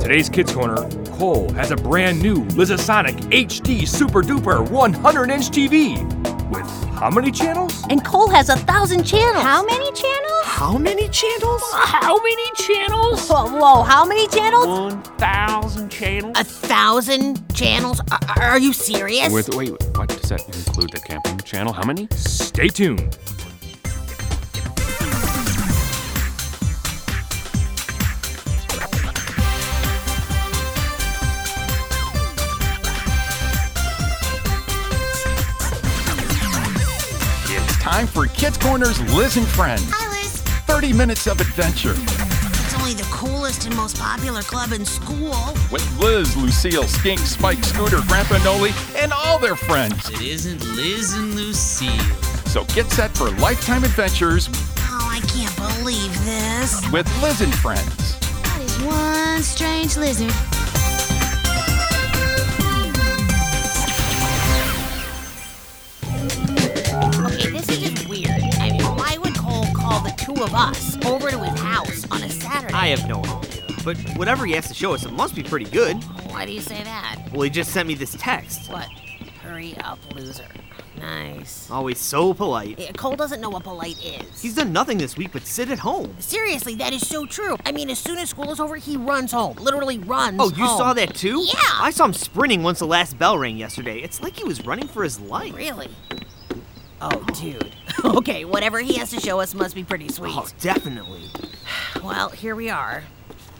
today's Kids Corner, Cole has a brand new Lizasonic HD Super Duper 100 inch TV with how many channels? And Cole has a thousand channels. How many channels? How many channels? How many channels? Whoa, whoa, how many channels? 1,000 channels. A thousand channels? Are, are you serious? With wait, what does that include? The camping channel? How many? Stay tuned. It's time for Kids Corner's Liz and Friends. Hi, Liz. 30 minutes of adventure It's only the coolest and most popular club in school. Oh, with Liz, Lucille, Skink, Spike, Scooter, Grandpa Noli, and all their friends. It isn't Liz and Lucille. So get set for lifetime adventures Oh, I can't believe this. with Liz and Friends. That is one strange lizard. Okay, this is just weird. I mean, why would Cole call the two of us over to his house on a Saturday? I have no idea. But whatever he has to show us, it must be pretty good. Why do you say that? Well, he just sent me this text. What? Hurry up, loser. Nice. Always so polite. Yeah, Cole doesn't know what polite is. He's done nothing this week but sit at home. Seriously, that is so true. I mean, as soon as school is over, he runs home. Literally runs. Oh, you home. saw that too? Yeah. I saw him sprinting once the last bell rang yesterday. It's like he was running for his life. Really? Oh, dude. okay, whatever he has to show us must be pretty sweet. Oh, definitely. Well, here we are.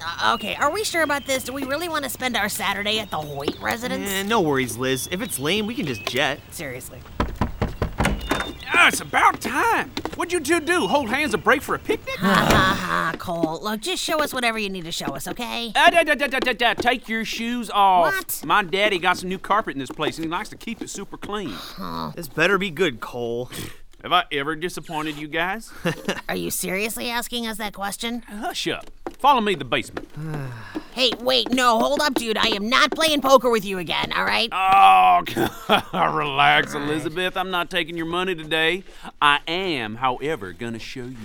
Uh, okay, are we sure about this? Do we really want to spend our Saturday at the Hoyt residence? Eh, no worries, Liz. If it's lame, we can just jet. Seriously. Ah, it's about time. What'd you two do? Hold hands and break for a picnic? Ha ha ha, Ah, Cole. Look, just show us whatever you need to show us, okay? Ah, da, da, da, da, da, da. Take your shoes off. What? My daddy got some new carpet in this place and he likes to keep it super clean. This better be good, Cole. Have I ever disappointed you guys? Are you seriously asking us that question? Hush up. Follow me to the basement. Hey, wait, no, hold up, dude. I am not playing poker with you again, all right? Oh, relax, Elizabeth. I'm not taking your money today. I am, however, gonna show you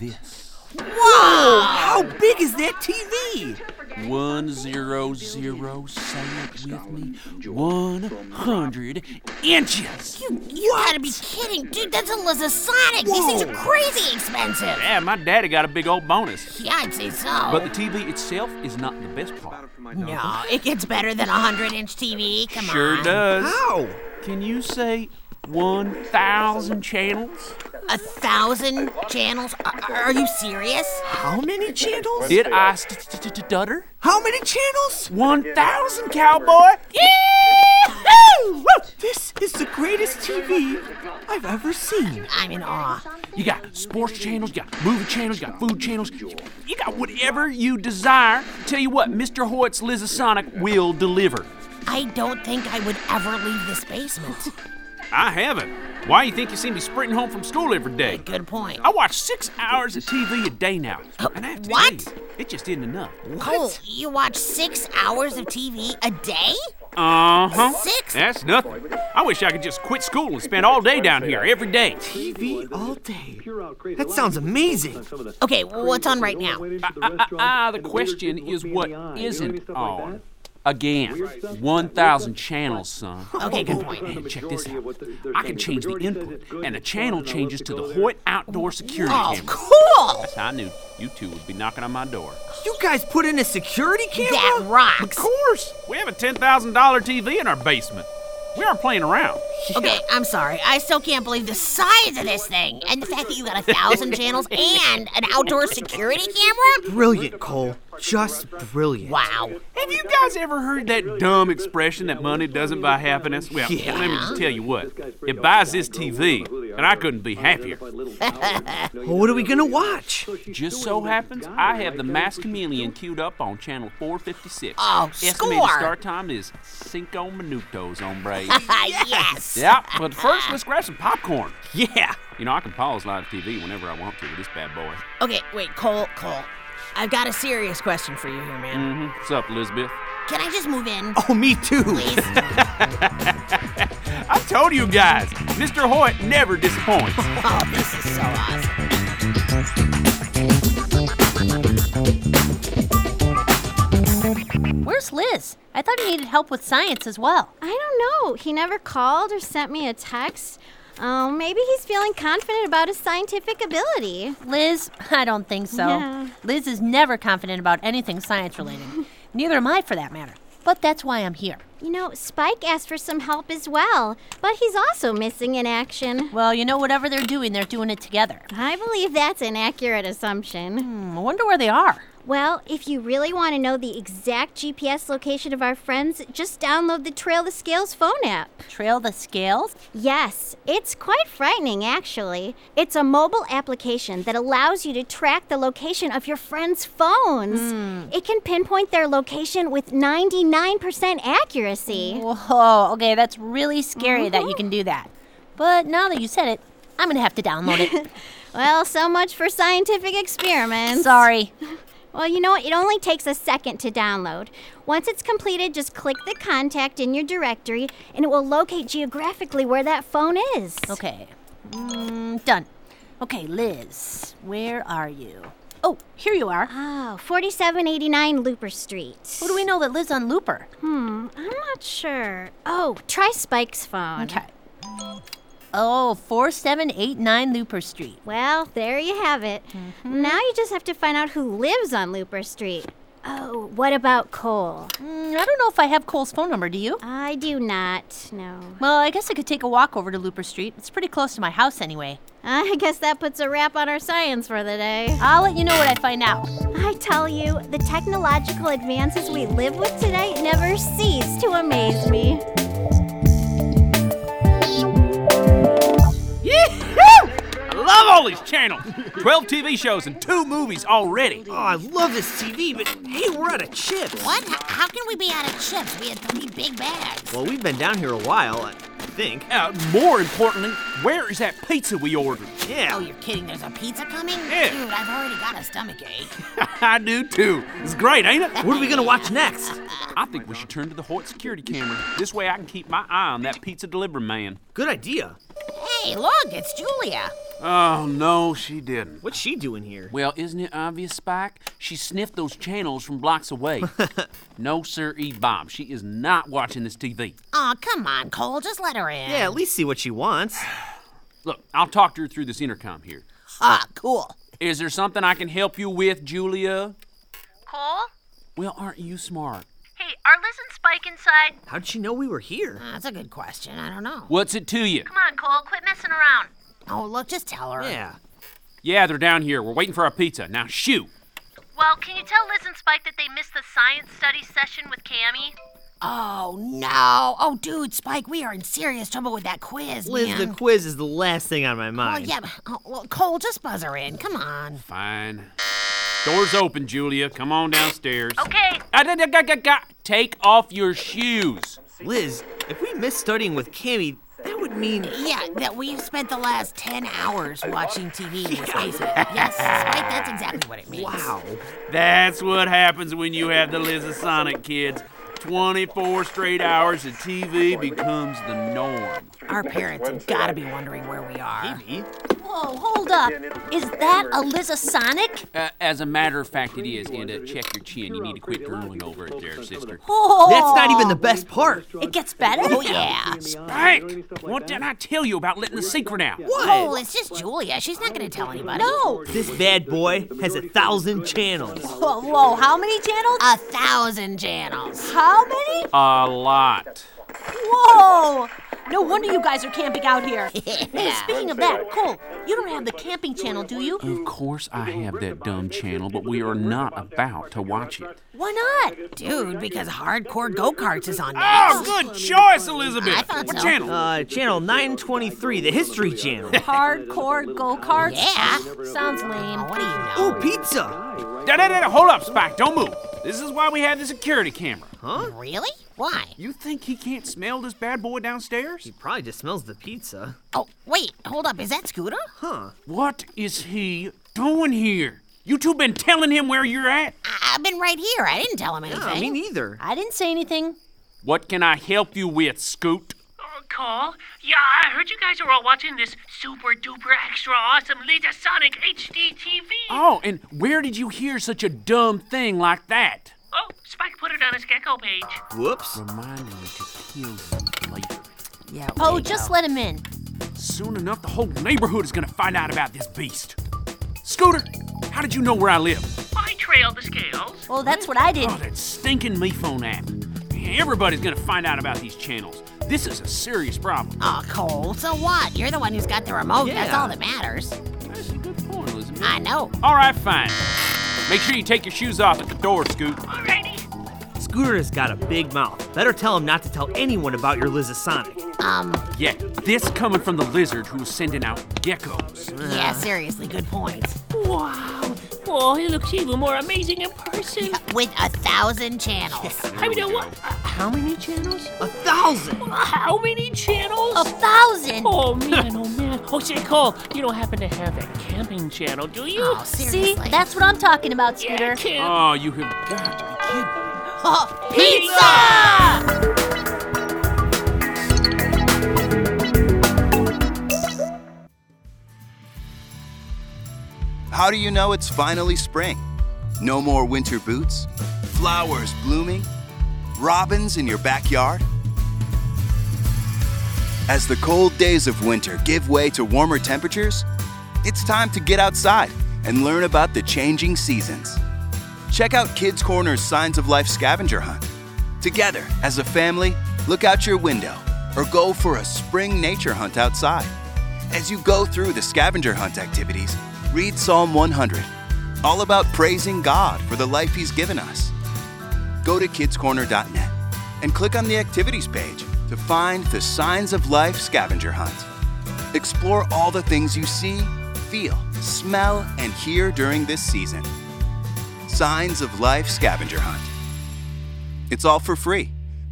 this. How big is that TV? One zero zero. Say it with me. One hundred inches. You gotta be kidding, dude. That's a Lizasonic. These things are crazy expensive. Yeah, my daddy got a big old bonus. Yeah, I'd say so. But the TV itself is not the best part. No, it gets better than a 100 inch TV. Come Sure on. does. How? Can you say one thousand channels? A thousand channels? Are, are you serious? How many channels? Did I st- st- st- st- stutter? How many channels? One thousand, cowboy. This is the greatest TV I've ever seen. I'm in awe. You got sports channels, you got movie channels, you got food channels, you got whatever you desire. Tell you what, Mr. Hoyt's Lizasonic will deliver. I don't think I would ever leave this basement. I haven't. Why do you think you see me sprinting home from school every day? Good point. I watch six hours of TV a day now. And I have to what? tell you, it just isn't enough. Cole, you watch six hours of TV a day? Uh huh. Six? That's nothing. I wish I could just quit school and spend all day down here every day. TV all day. That sounds amazing. Okay, what's on right now? Ah, the question is what isn't on. Oh, Again, 1,000 channels, son. Okay, good point. And check this out. I can change the input, and the channel changes to the Hoyt Outdoor Security Oh, Camera. cool! I knew you two would be knocking on my door. You guys put in a security camera? That rocks. course! We have a $10,000 TV in our basement. We aren't playing around. Okay, I'm sorry. I still can't believe the size of this thing and the fact that you got a thousand channels and an outdoor security camera. Brilliant, Cole. Just brilliant. Wow. Have you guys ever heard that dumb expression that money doesn't buy happiness? Well, let me just tell you what. It buys this TV, and I couldn't be happier. Well, what are we gonna watch? Just so happens, I have the Masked Chameleon queued up on channel 456. Oh, Estimated score. start time is cinco minutos, hombre. yes. yeah, but first, let's grab some popcorn. Yeah. You know, I can pause live TV whenever I want to with this bad boy. Okay, wait, Cole, Cole. I've got a serious question for you here, man. Mm-hmm. What's up, Elizabeth? Can I just move in? Oh, me too. Please. I told you guys, Mr. Hoyt never disappoints. oh, this is so awesome. just Liz? I thought you needed help with science as well. I don't know. He never called or sent me a text. Oh, maybe he's feeling confident about his scientific ability. Liz, I don't think so. Yeah. Liz is never confident about anything science related. Neither am I, for that matter. But that's why I'm here. You know, Spike asked for some help as well, but he's also missing in action. Well, you know, whatever they're doing, they're doing it together. I believe that's an accurate assumption. Hmm, I wonder where they are. Well, if you really want to know the exact GPS location of our friends, just download the Trail the Scales phone app. Trail the scales? Yes, it's quite frightening actually. It's a mobile application that allows you to track the location of your friends' phones. Hmm. It can pinpoint their location with 99% accuracy. Whoa, okay, that's really scary that you can do that. But now that you said it, I'm gonna have to download it. Well, so much for scientific experiments. Sorry. Well, you know what? It only takes a second to download. Once it's completed, just click the contact in your directory and it will locate geographically where that phone is. Okay. Mm, done. Okay, Liz, where are you? Oh, here you are. Oh, 4789 Looper Street. What do we know that Liz on Looper? Hmm, I'm not sure. Oh, try Spike's phone. Okay. Oh, 4789 Looper Street. Well, there you have it. Now you just have to find out who lives on Looper Street. Oh, what about Cole? Mm, I don't know if I have Cole's phone number, do you? I do not know. Well, I guess I could take a walk over to Looper Street. It's pretty close to my house anyway. I guess that puts a wrap on our science for the day. I'll let you know what I find out. I tell you, the technological advances we live with today never cease to amaze me. Yeehoo! I love all these channels. 12 TV shows and two movies already. Oh, I love this TV, but hey, we're out of chips. What? H- How can we be out of chips? We had three big bags. Well, we've been down here a while, I I think. Uh, more importantly, where is that pizza we ordered? Oh, Yeah. you're kidding. There's a pizza coming? Yeah. Dude, I've already got a stomachache. I do too. It's great, ain't it? What are we gonna watch next? I think we should turn to the Hoyt security camera. This way I can keep my eye on that pizza delivery man. Good idea. Hey, look, it's Julia. Oh, no, she didn't. What's she doing here? Well, isn't it obvious, Spike? She sniffed those channels from blocks away. no, sir, E Bob. She is not watching this TV. Aw, come on, Cole. Just let her in. Yeah, at least see what she wants. Look, I'll talk to her through this intercom here. Ah, cool. Is there something I can help you with, Julia? Cole? Well, aren't you smart? Hey, are Liz and Spike inside? How did she know we were here? Ah, That's a good question. I don't know. What's it to you? Come on, Cole, quit messing around. Oh, look, just tell her. Yeah. Yeah, they're down here. We're waiting for our pizza. Now, shoot. Well, can you tell Liz and Spike that they missed the science study session with Cammy? Oh, no. Oh, dude, Spike, we are in serious trouble with that quiz, Liz, man. the quiz is the last thing on my Oh, mind. yeah. but- Oh, well, Cole, just buzz her in. Come on. Fine. Door's open, Julia. Come on downstairs. Okay. Ah, da, da, ga, ga, ga. Take off your shoes. Liz, if we miss studying with Cammy, that would mean. Yeah, that we've spent the last 10 hours watching TV in this basement. Yes, Spike, that's exactly what it means. Wow. That's what happens when you have the Lizasonic kids. 24 straight hours of TV becomes the norm. Our parents have got to be wondering where we are. Maybe. Whoa, hold up. Is that a Lizasonic? Uh, as a matter of fact, it is. And uh, check your chin. You need to quit drooling over it there, sister. Oh, That's not even the best part. It gets better? Oh, yeah. Frank! What did I tell you about letting the secret out? Cole, it's just Julia. She's not going to tell anybody. No. This bad boy has a thousand channels. Whoa, whoa, how many channels? A thousand channels. How many? A lot. Whoa! No wonder you guys are camping out here. Hey, Yeah. speaking of that, Cole, you don't have the camping channel, do you? Of course, I have that dumb channel, but we are not about to watch it. Why not? Dude, because hardcore go karts is on Oh, next. good choice, Elizabeth. I thought what so. channel? Uh, channel 923, the History Channel. Hardcore go karts? Yeah. Sounds lame. What do you know? Ooh, Oh, pizza! Da, da, da, da, hold up, Spike. Don't move. This is why we have the security camera. Really? Why? You think he can't smell this bad boy downstairs? He probably just smells the pizza. Oh, wait, hold up. Is that Scooter? What is he doing here? You two been telling him where you're at? I- I've been right here. I didn't tell him anything. Yeah, me neither. I didn't say anything. What can I help you with, Scoot? Uh, Call? Yeah, I heard you guys are all watching this super duper extra awesome Sonic HD TV. Oh, and where did you hear such a dumb thing like that? Oh, Spike put it on his gecko page. Whoops. Reminding me to kill you later. Yeah. Oh, way to just go. let him in. Soon enough, the whole neighborhood is gonna find out about this beast. Scooter, how did you know where I live? I trailed the scales. Oh, that's what I did. Oh, that stinking me phone app. Everybody's gonna find out about these channels. This is a serious problem. Aw, Cole, so what? You're the one who's got the remote. That's Yeah. all that matters. That's a good point, Elizabeth. I know. All right, fine. Make sure you take your shoes off at the door, Scoot. Alrighty. Scooter has got a big mouth. Better tell him not to tell anyone about your Lizasonic. Um, Yeah, this coming from the lizard who's sending out geckos. yeah, seriously, good point. Wow. Whoa, he looks even more amazing in person. With a thousand channels. I mean, uh, what? Uh, how many channels? A thousand! How many channels? A thousand. Oh man, oh man. Oh, say, Cole, you don't happen to have that camping channel, do you? Oh, See, seriously. that's what I'm talking about, yeah, Scooter. camp. Oh, you have got to be kidding. Oh, pizza! How do you know it's finally spring? No more winter boots, flowers blooming, robins in your backyard? As the cold days of winter give way to warmer temperatures, it's time to get outside and learn about the changing seasons. Check out Kids Corner's Signs of Life scavenger hunt. Together, as a family, look out your window or go for a spring nature hunt outside. As you go through the scavenger hunt activities, read Psalm 100, all about praising God for the life He's given us. Go to kidscorner.net and click on the activities page to find the Signs of Life scavenger hunt. Explore all the things you see, feel, smell, and hear during this season. Signs of Life scavenger hunt. It's all for free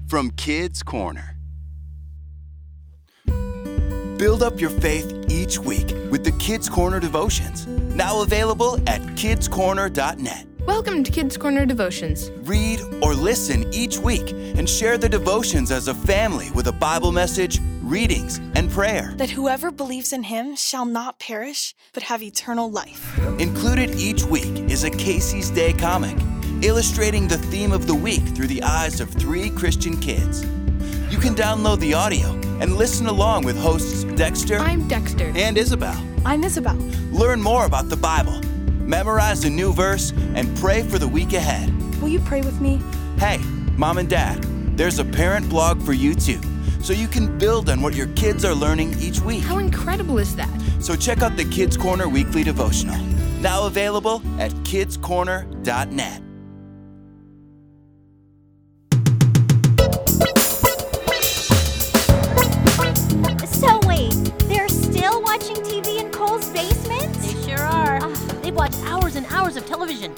from Kids Corner. Build up your faith each week with the Kids Corner devotions, now available at kidscorner.net. Welcome to Kids Corner Devotions. Read or listen each week and share the devotions as a family with a Bible message, readings, and prayer. that whoever believes in him shall not perish, but have eternal life. Included each week is a Casey's Day comic, illustrating the theme of the week through the eyes of three Christian kids. You can download the audio and listen along with hosts Dexter I'm Dexter. and Isabel. I'm Isabel. Learn more about the Bible, memorize a new verse, and pray for the week ahead. Will you pray with me? Hey, mom and dad, there's a parent blog for you too, so you can build on what your kids are learning each week. How incredible is that? So check out the Kids Corner Weekly Devotional, now available at kidscorner.net. So wait, they're still watching TV in Cole's basement? They sure are. They've watched Ah, hours and hours of television.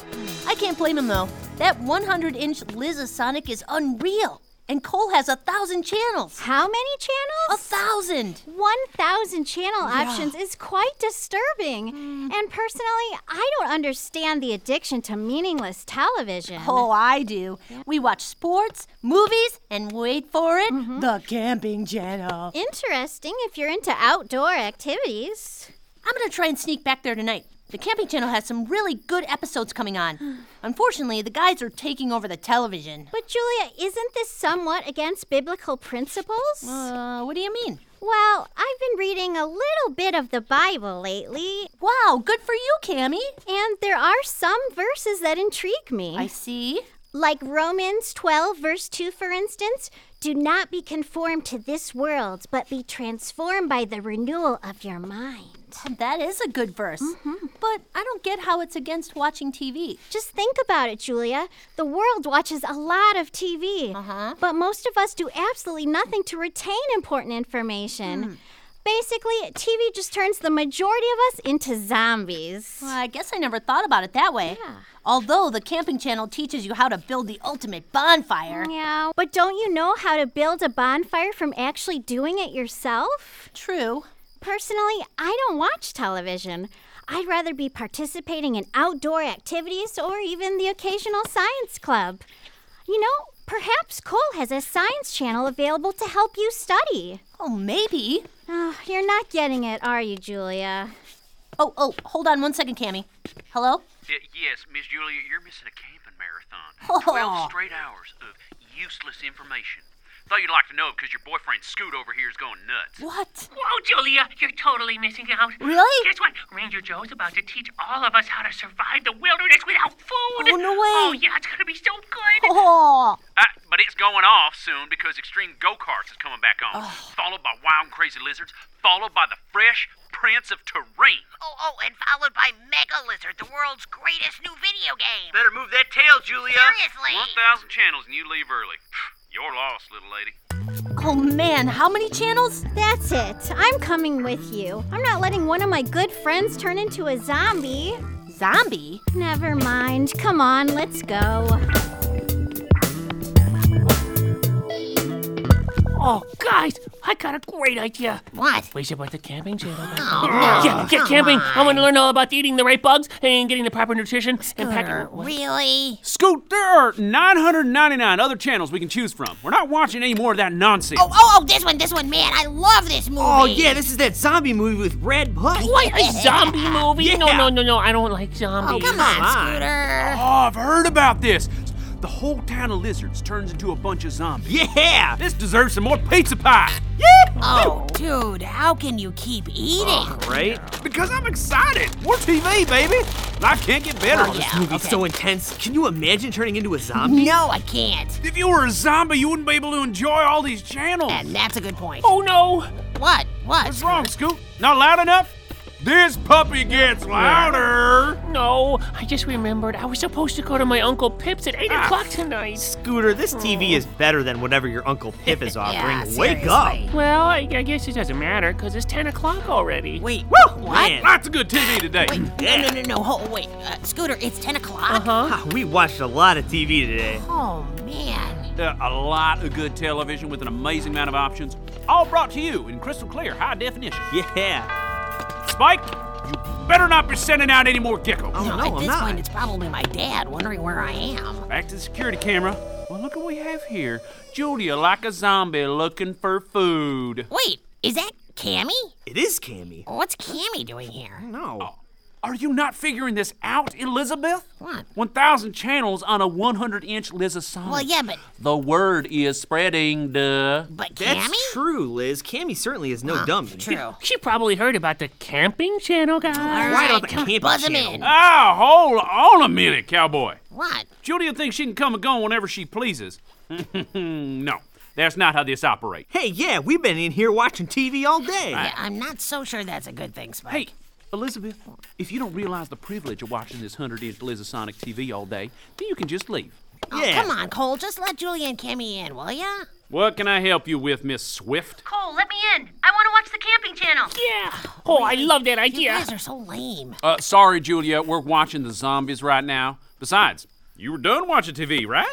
I can't blame them though. That 100-inch Lizasonic is unreal, and Cole has a thousand channels. How many A channels? thousand. 1,000 channel options is quite disturbing. And personally, I don't understand the addiction to meaningless television. Oh, I do. We watch sports, movies, and wait for it, Mm-hmm. the camping channel. Interesting if you're into outdoor activities. I'm gonna try and sneak back there tonight. The camping channel has some really good episodes coming on. Unfortunately, the guys are taking over the television. But Julia, isn't this somewhat against biblical principles? Uh, what do you mean? well, I've been reading a little bit of the Bible lately, Wow, Oh, good for you, Cammy. and there are some verses that intrigue me. I see. Like Romans 12, verse 2, for instance, do not be conformed to this world, but be transformed by the renewal of your mind. That is a good verse. But I don't get how it's against watching TV. Just think about it, Julia. The world watches a lot of TV, but most of us do absolutely nothing to retain important information. Basically, TV just turns the majority of us into zombies. Well, I guess I never thought about it that way. Although the camping channel teaches you how to build the ultimate bonfire. Yeah, but don't you know how to build a bonfire from actually doing it yourself? True. Personally, I don't watch television. I'd rather be participating in outdoor activities or even the occasional science club. You know, perhaps Cole has a science channel available to help you study. Oh, maybe. Oh, you're not getting it, are you, Julia? Oh, oh, hold on one second, Cammy. Hello? yes, Miss Julia, you're missing a camping marathon. marathon. 12 straight hours of useless information. Thought you'd like to know because your boyfriend Scoot over here is going nuts. What? Whoa, Julia, you're totally missing out. Really? Guess what? Ranger Joe's about to teach all of us how to survive the wilderness without food. Oh, no way. Oh, yeah, it's going to be so good. Oh. Uh, but it's going off soon because Extreme Go Karts is coming back on. Followed by Wild and Crazy Lizards, followed by the Fresh Prince of Terrain. Oh, oh, and followed by Mega Lizard, the world's greatest new video game. Better move that tail, Julia. Seriously. 1,000 channels and you leave early. You're lost, little lady. Oh man, how many channels? That's it. I'm coming with you. I'm not letting one of my good friends turn into a zombie. Zombie? Never mind. Come on, let's go. Oh, guys, I got a great idea. What? Wait about the camping channel. Oh, yeah, yeah, camping. I want to learn all about eating the right bugs and getting the proper nutrition and packing. What? Really? Scoot, there are 999 other channels we can choose from. We're not watching any more of that nonsense. Oh, oh, oh, this one, this one, man. I love this movie. Oh, yeah, this is that zombie movie with Brad Pitt. What? A zombie movie? No, Yeah. no, no, no. I don't like Oh, Oh, zombies. come on, Scooter. Oh, I've heard about this. The whole town of lizards turns into a bunch of zombies. Yeah, this deserves some more pizza pie. Oh, dude, how can you keep eating? Right? Because I'm excited. More TV, baby. Life can't get better. Oh, this movie's so intense. Can you imagine turning into a zombie? No, I can't. If you were a zombie, you wouldn't be able to enjoy all these channels. And that's a good point. Oh, no. What? What? What's wrong, Scoop? Not loud enough? This puppy gets louder. No, I just remembered I was supposed to go to my Uncle Pip's at 8 Ah. o'clock tonight. Scooter, this TV is better than whatever your Uncle Pip is offering. Wake seriously. up! Well, I, I guess it doesn't matter because it's 10 o'clock already. Wait, Woo! what? Man. Lots of good TV today. Wait, no, no, no, no. Hold, wait, uh, Scooter, it's 10 o'clock? Huh? Ah, We watched a lot of TV today. Oh, man. Uh, a lot of good television with an amazing amount of options, all brought to you in crystal clear, high definition. Yeah. Spike, you better not be sending out any more geckos. No, no, at I'm this not. point, it's probably my dad wondering where I am. Back to the security camera. Well, look what we have here. Julia, like a zombie, looking for food. Wait, is that Cammy? It is Cammy. What's Cammy doing here? No. Are you not figuring this out, Elizabeth? What? 1,000 channels on a 100 inch Lizasonic. Well, yeah, but The word is spreading, duh. but That's Cammy? true, Liz. Cammy certainly is no dummy. True. She probably heard about the camping channel, guys. All Right right, on the come camping buzz 'em channel. in. Ah, hold on a minute, cowboy. What? Julia thinks she can come and go whenever she pleases. no, that's not how this operates. Hey, yeah, we've been in here watching TV all day. Yeah, I'm not so sure that's a good thing, Spike. Hey, Elizabeth, if you don't realize the privilege of watching this 100 inch Lizasonic TV all day, then you can just leave. Oh, yeah. come on, Cole. Just let Julie and Cammy in, will ya? What can I help you with, Miss Swift? Cole, let me in. I want to watch the camping channel. Yeah. Oh, I love that You idea. guys are so lame. Uh, sorry, Julia, we're watching the zombies right now. Besides, you were done watching TV, right?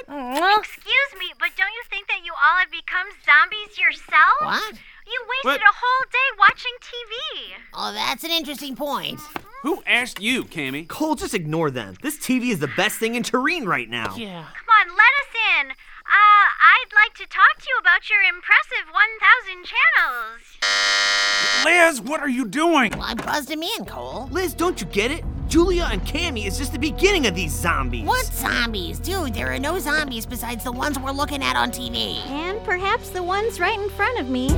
Excuse me, but don't you think that you all have become zombies yourself? What? You wasted What? a whole day watching TV. Oh, that's an interesting point. Who asked you, Cammy? Cole, just ignore them. This TV is the best thing in Turin right now. Yeah. Come on, let us in. Uh, I'd like to talk to you about your impressive 1,000 channels. Liz, what are you doing? Well, I buzzed him in, Cole. Liz, don't you get it? Julia and Cammy is just the beginning of these zombies. What zombies? Dude, there are no zombies besides the ones we're looking at on TV. And perhaps the ones right in front of me.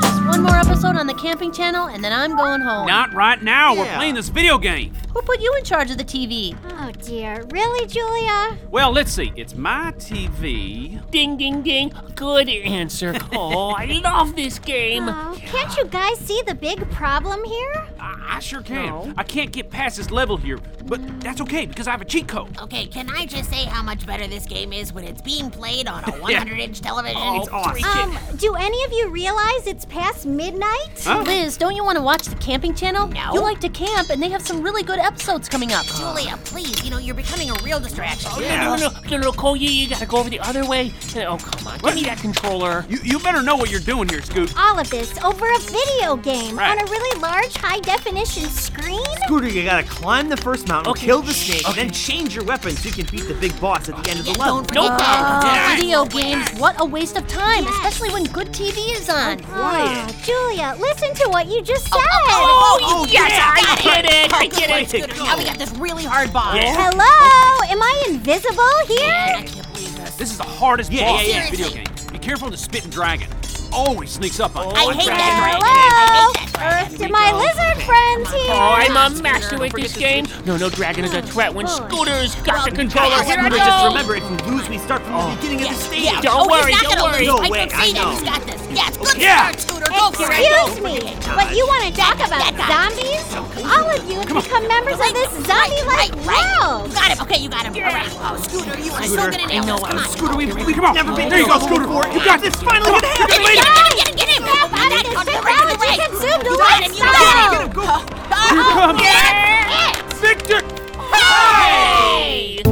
Just one more episode on the camping channel and then I'm going home. Not right now. We're Yeah. playing this video game. Who put you in charge of the TV? Oh dear. Really, Julia? Well, let's see. It's my TV. Ding, ding, ding. Good answer, Cole. I love this game. Oh, can't you guys see the big problem here? I, I sure can. I can't get past this level here, but that's okay because I have a cheat code. Okay, can I just say how much better this game is when it's being played on a 100 inch television? Oh, freak it. Um, do any of you realize it's past midnight? Huh? Liz, don't you want to watch the camping channel? No. You like to camp and they have some really good episodes coming up. Julia, please You know, you're becoming a real distraction. Oh, no, no, no, no, no, no, Cole, you, you gotta go over the other way. Oh, come on, give me that controller. You, you better know what you're doing here, Scoot. All of this over a video game on a really large, high definition screen? Scooter, you gotta climb the first mountain, Okay, kill the shh, snake, okay. and then change your weapon so you can beat the big boss at the end of the level. Don't forget Uh, that. Video games, what a waste of time, especially when good TV is on. Ah, Julia, listen to what you just said. Oh, yes, I get it. I get it. Scooter, Now we got this really hard boss. Hello, am I invisible here? This is the hardest Yeah, boss yeah, in yeah. the video game. Be careful of the spitting dragon. Always sneaks up on you. Oh, I hate that Hello, Earth to my lizard friends here. Oh, I'm a master at this game. No, no, Dragon is a threat when Scooter's got the controller. Here I Scooter, just go. Oh, remember, if you lose, we start from the beginning of the stage. yeah. Don't oh, worry, he's not don't gonna worry. No Lose. I way, can I see know. that. He's got this. Yeah, it's good Yeah. start, Scooter. Go for it. Excuse me, but you want to talk about zombies? All of you have become members of this zombie-like world. You got him. Okay, you got him. All right. Oh, Scooter, you are so Scooter, good at I it. know Come on. Scooter, we, we come on. Never been there you go, done Scooter. before. You got this. Finally, Look look at Get him, him. get him, get him, get him. Snap out of this technology consumed You got him, you got him. lifestyle. Here comes That's it. Victor. Hey!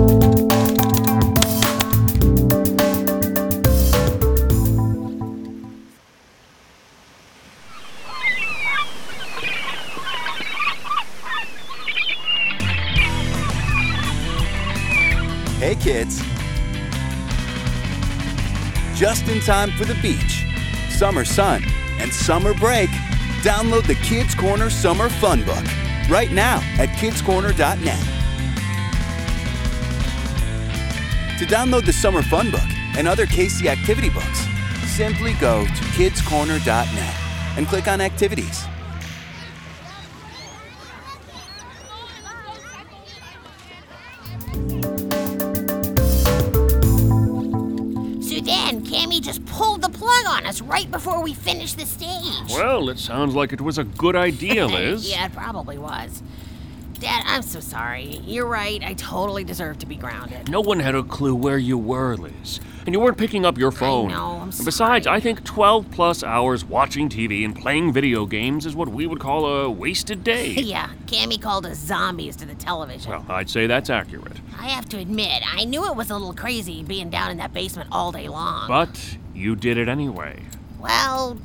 Hey, kids. Just in time for the beach, summer sun, and summer break, download the Kids Corner Summer Fun Book right now at kidscorner.net. To download the Summer Fun Book and other KC activity books, simply go to kidscorner.net and click on Activities. So then, Cammy just pulled the plug on us right before we finished the stage. Well, it sounds like it was a good idea, Liz. yeah, it probably was. Dad, I'm so sorry. You're right. I totally deserve to be grounded. No one had a clue where you were, Liz. And you weren't picking up your phone. know, I'm And Besides, I think 12 plus hours watching TV and playing video games is what we would call a wasted day. yeah, Cammy called us zombies to the television. Well, I'd say that's accurate. I have to admit, I knew it was a little crazy being down in that basement all day long. But you did it anyway. Well,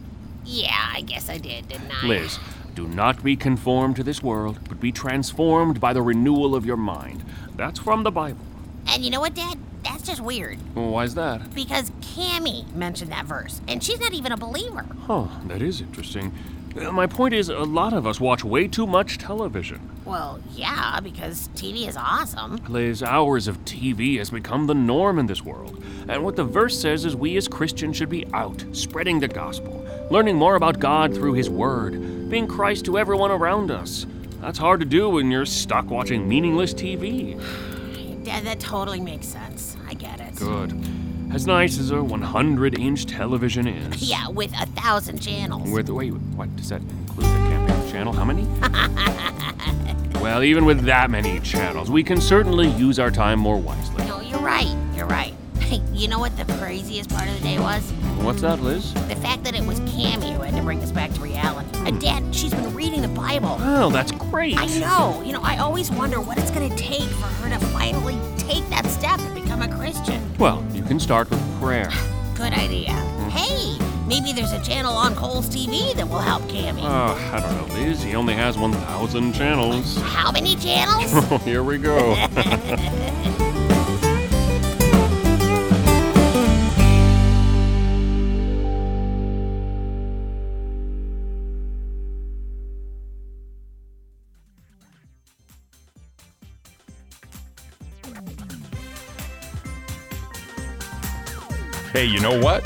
yeah, I guess I did, didn't I? Liz, do not be conformed to this world, but be transformed by the renewal of your mind. That's from the Bible. And you know what, Dad? That's just weird. Why's that? Because Cammy mentioned that verse, and she's not even a believer. Huh, that is interesting. Uh, My point is, a lot of us watch way too much television. Well, yeah, because TV is awesome. Liz, hours of TV has become the norm in this world. And what the verse says is we as Christians should be out, spreading the gospel, learning more about God through His Word, being Christ to everyone around us. That's hard to do when you're stuck watching meaningless TV. Dad, that totally makes sense. I get it. Good. As nice as a 100 inch television is. Yeah, with a thousand channels. With, wait, what? Does that include the camping channel? How many? Well, even with that many channels, we can certainly use our time more wisely. no, you're right. You're right. you know what the craziest part of the day was? What's that, Liz? The fact that it was Cammy who had to bring us back to reality. And Dad, she's been reading the Bible. Oh, that's great. I know. You know, I always wonder what it's going to take for her to finally take that step and become a Christian. Well, you can start with prayer. Good idea. Mm-hmm. Hey, maybe there's a channel on Cole's TV that will help Cammy. Oh, I don't know, Liz. He only has 1,000 channels. How many channels? Oh, here we go. Hey, you know what?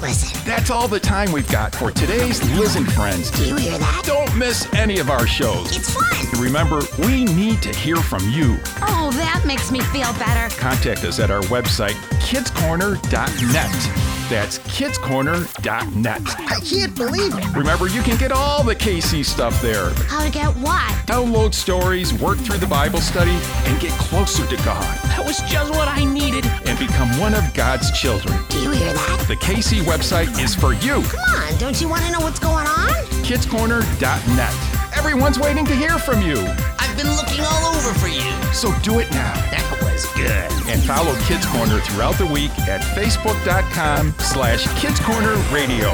Listen. That's all the time we've got for today's Listen Friends. Do you hear that? Don't miss any of our shows. It's fun. Remember, we need to hear from you. Oh, that makes me feel better. Contact us at our website, kidscorner.net. That's kidscorner.net. I can't believe it. Remember, you can get all the KC stuff there. How to get what? Oh. Download stories, work through the Bible study, and get closer to God That was just what I needed. and become one of God's children. Do you hear that? The KC website is for you. Come on, don't you want to know what's going on? kidscorner.net. Everyone's waiting to hear from you. I've been looking all over for you. So do it now. That was good. And follow Kids Corner throughout the week at facebook.com slash Kids Corner Radio.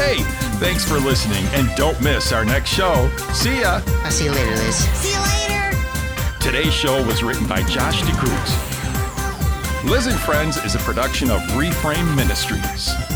Hey, thanks for listening and don't miss our next show. See ya. I'll see you later, Liz. See you later. Today's show was written by Josh DeCruz. Liz and Friends is a production of Reframe Ministries.